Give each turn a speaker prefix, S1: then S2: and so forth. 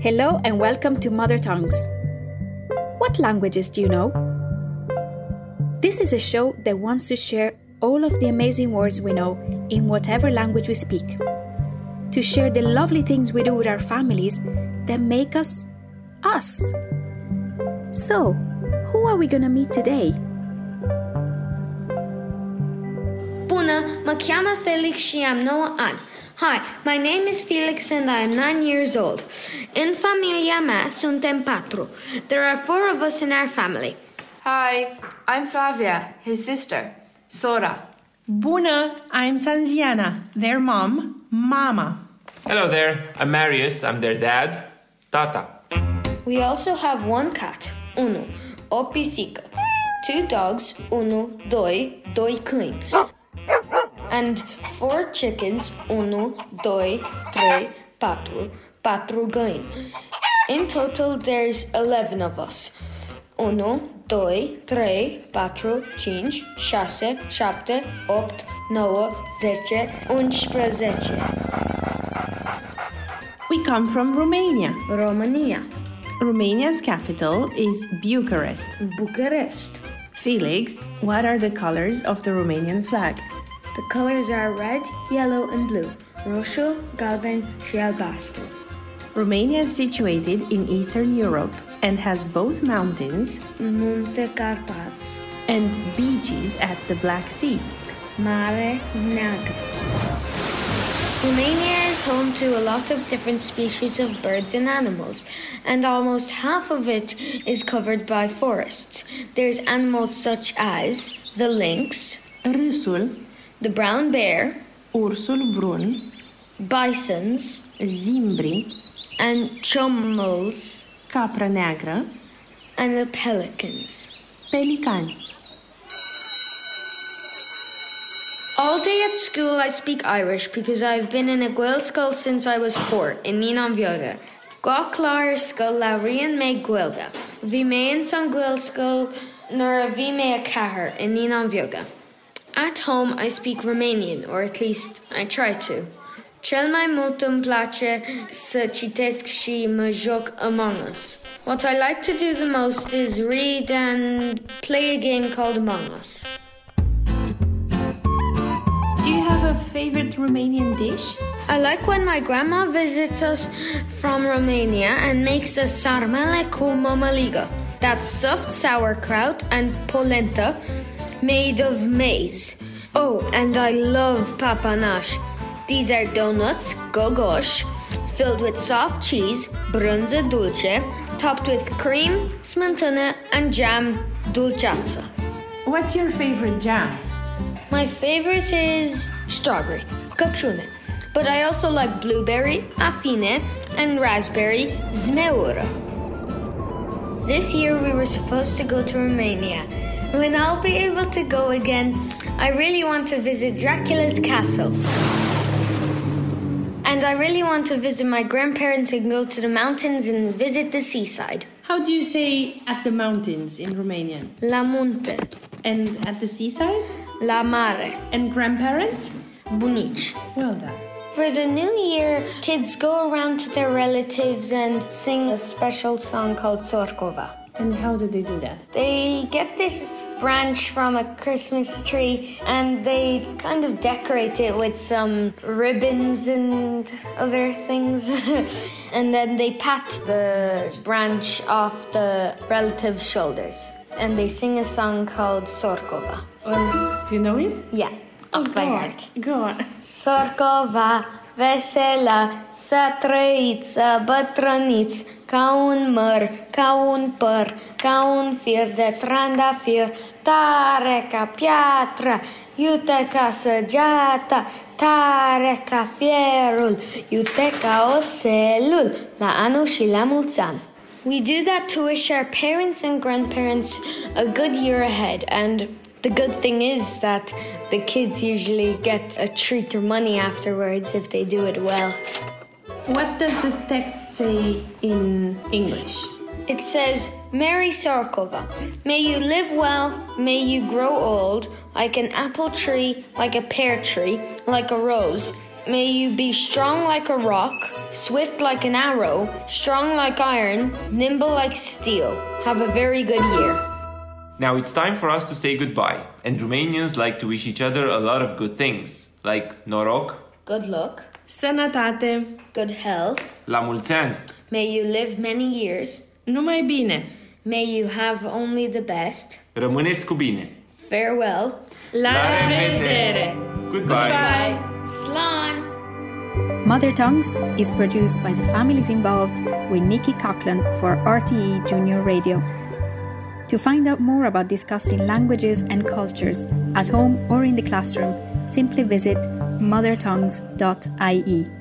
S1: Hello and welcome to Mother Tongues. What languages do you know? This is a show that wants to share all of the amazing words we know in whatever language we speak, to share the lovely things we do with our families that make us us. So, who are we gonna meet today?
S2: Bună, mă cheamă Felix și am 9 ani. Hi, my name is Felix and I am 9 years old. În familia mea suntem patru. There are four of us in our family.
S3: Hi, I'm Flavia, his sister, Sora.
S4: Buna, I'm Sanziana, their mom, Mama.
S5: Hello there, I'm Marius, I'm their dad, Tata.
S2: We also have one cat, Unu, o pisică. Two dogs, Unu, doi, doi câini. And four chickens, Unu, doi, trei, patru, patru găini. In total, there's 11 of us. Unu, doi, trei, patru, cinci, 6, 7, 8, 9, 10, 11.
S4: We come from Romania.
S2: România,
S4: Romania's capital is Bucharest.
S2: Bucharest.
S4: Felix, what are the colors of the Romanian flag?
S2: The colors are red, yellow, and blue. Roșu, galben și albastru.
S4: Romania is situated in Eastern Europe and has both mountains
S2: Munte Carpați,
S4: and beaches at the Black Sea.
S2: Mare Neagră. Romania is home to a lot of different species of birds and animals, and almost half of it is covered by forests. There's animals such as the lynx,
S4: Râsul,
S2: the brown bear,
S4: ursul brun,
S2: bisons,
S4: zimbri,
S2: and chomuls,
S4: capra neagră,
S2: and the pelicans.
S4: pelicani.
S2: All day at school, I speak Irish because I've been in a Gael school since I was four in Ninan Vioga. Goclar school Laurian me Guelga. Vi me in San Gael school nor vi me a Cahar in Ninan Vioga. At home, I speak Romanian, or at least I try to. Cel mai mult îmi place să citesc și mă joc Among Us. What I like to do the most is read and play a game called Among Us.
S4: Do you have a favorite Romanian dish?
S2: I like when my grandma visits us from Romania and makes us sarmale cu mamaliga. That's soft sauerkraut and polenta made of maize. Oh, and I love papanash. These are donuts, gogosh, filled with soft cheese, brunza dulce, topped with cream, smetana, and jam dulceața.
S4: What's your favorite jam?
S2: My favorite is strawberry, capsule. But I also like blueberry, afine, and raspberry, zmeura. This year we were supposed to go to Romania. When I'll be able to go again, I really want to visit Dracula's castle. And I really want to visit my grandparents and go to the mountains and visit the seaside.
S4: How do you say at the mountains in Romanian?
S2: La munte,
S4: And at the seaside?
S2: la mare,
S4: And grandparents?
S2: bunici.
S4: Well done.
S2: For the new year, kids go around to their relatives and sing a special song called Sorkova.
S4: And how do they do that?
S2: They get this branch from a Christmas tree and they kind of decorate it with some ribbons and other things. and then they pat the branch off the relative's shoulders and they sing a song called Sorkova.
S4: Well, do you know it?
S2: Yeah, off
S4: Oh,
S2: by heart.
S4: Go on.
S2: Sorcova, vesela, să trăiți, să bătrâniți, ca un măr, ca un păr, ca un fir de trandafir, tare ca piatra, iute ca săgeata, tare ca fierul, iute ca oțelul, la anul și la mulți ani. We do that to wish our parents and grandparents a good year ahead. And the good thing is that the kids usually get a treat or money afterwards if they do it well.
S4: What does this text say in English?
S2: It says, Mary Sarkova, may you live well, may you grow old, like an apple tree, like a pear tree, like a rose. May you be strong like a rock, swift like an arrow, strong like iron, nimble like steel. Have a very good year.
S5: Now it's time for us to say goodbye, and Romanians like to wish each other a lot of good things, like noroc,
S2: Good luck,
S4: Sănătate!
S2: good health.
S5: la mulți ani,
S2: May you live many years.
S4: Numai bine!
S2: May you have only the best.
S5: rămâneți cu bine.
S2: Farewell.
S4: La, revedere!
S5: Goodbye.
S2: Slan.
S1: Mother Tongues is produced by the families involved with Nikki Coughlin for RTE Junior Radio. To find out more about discussing languages and cultures at home or in the classroom, simply visit mothertongues.ie.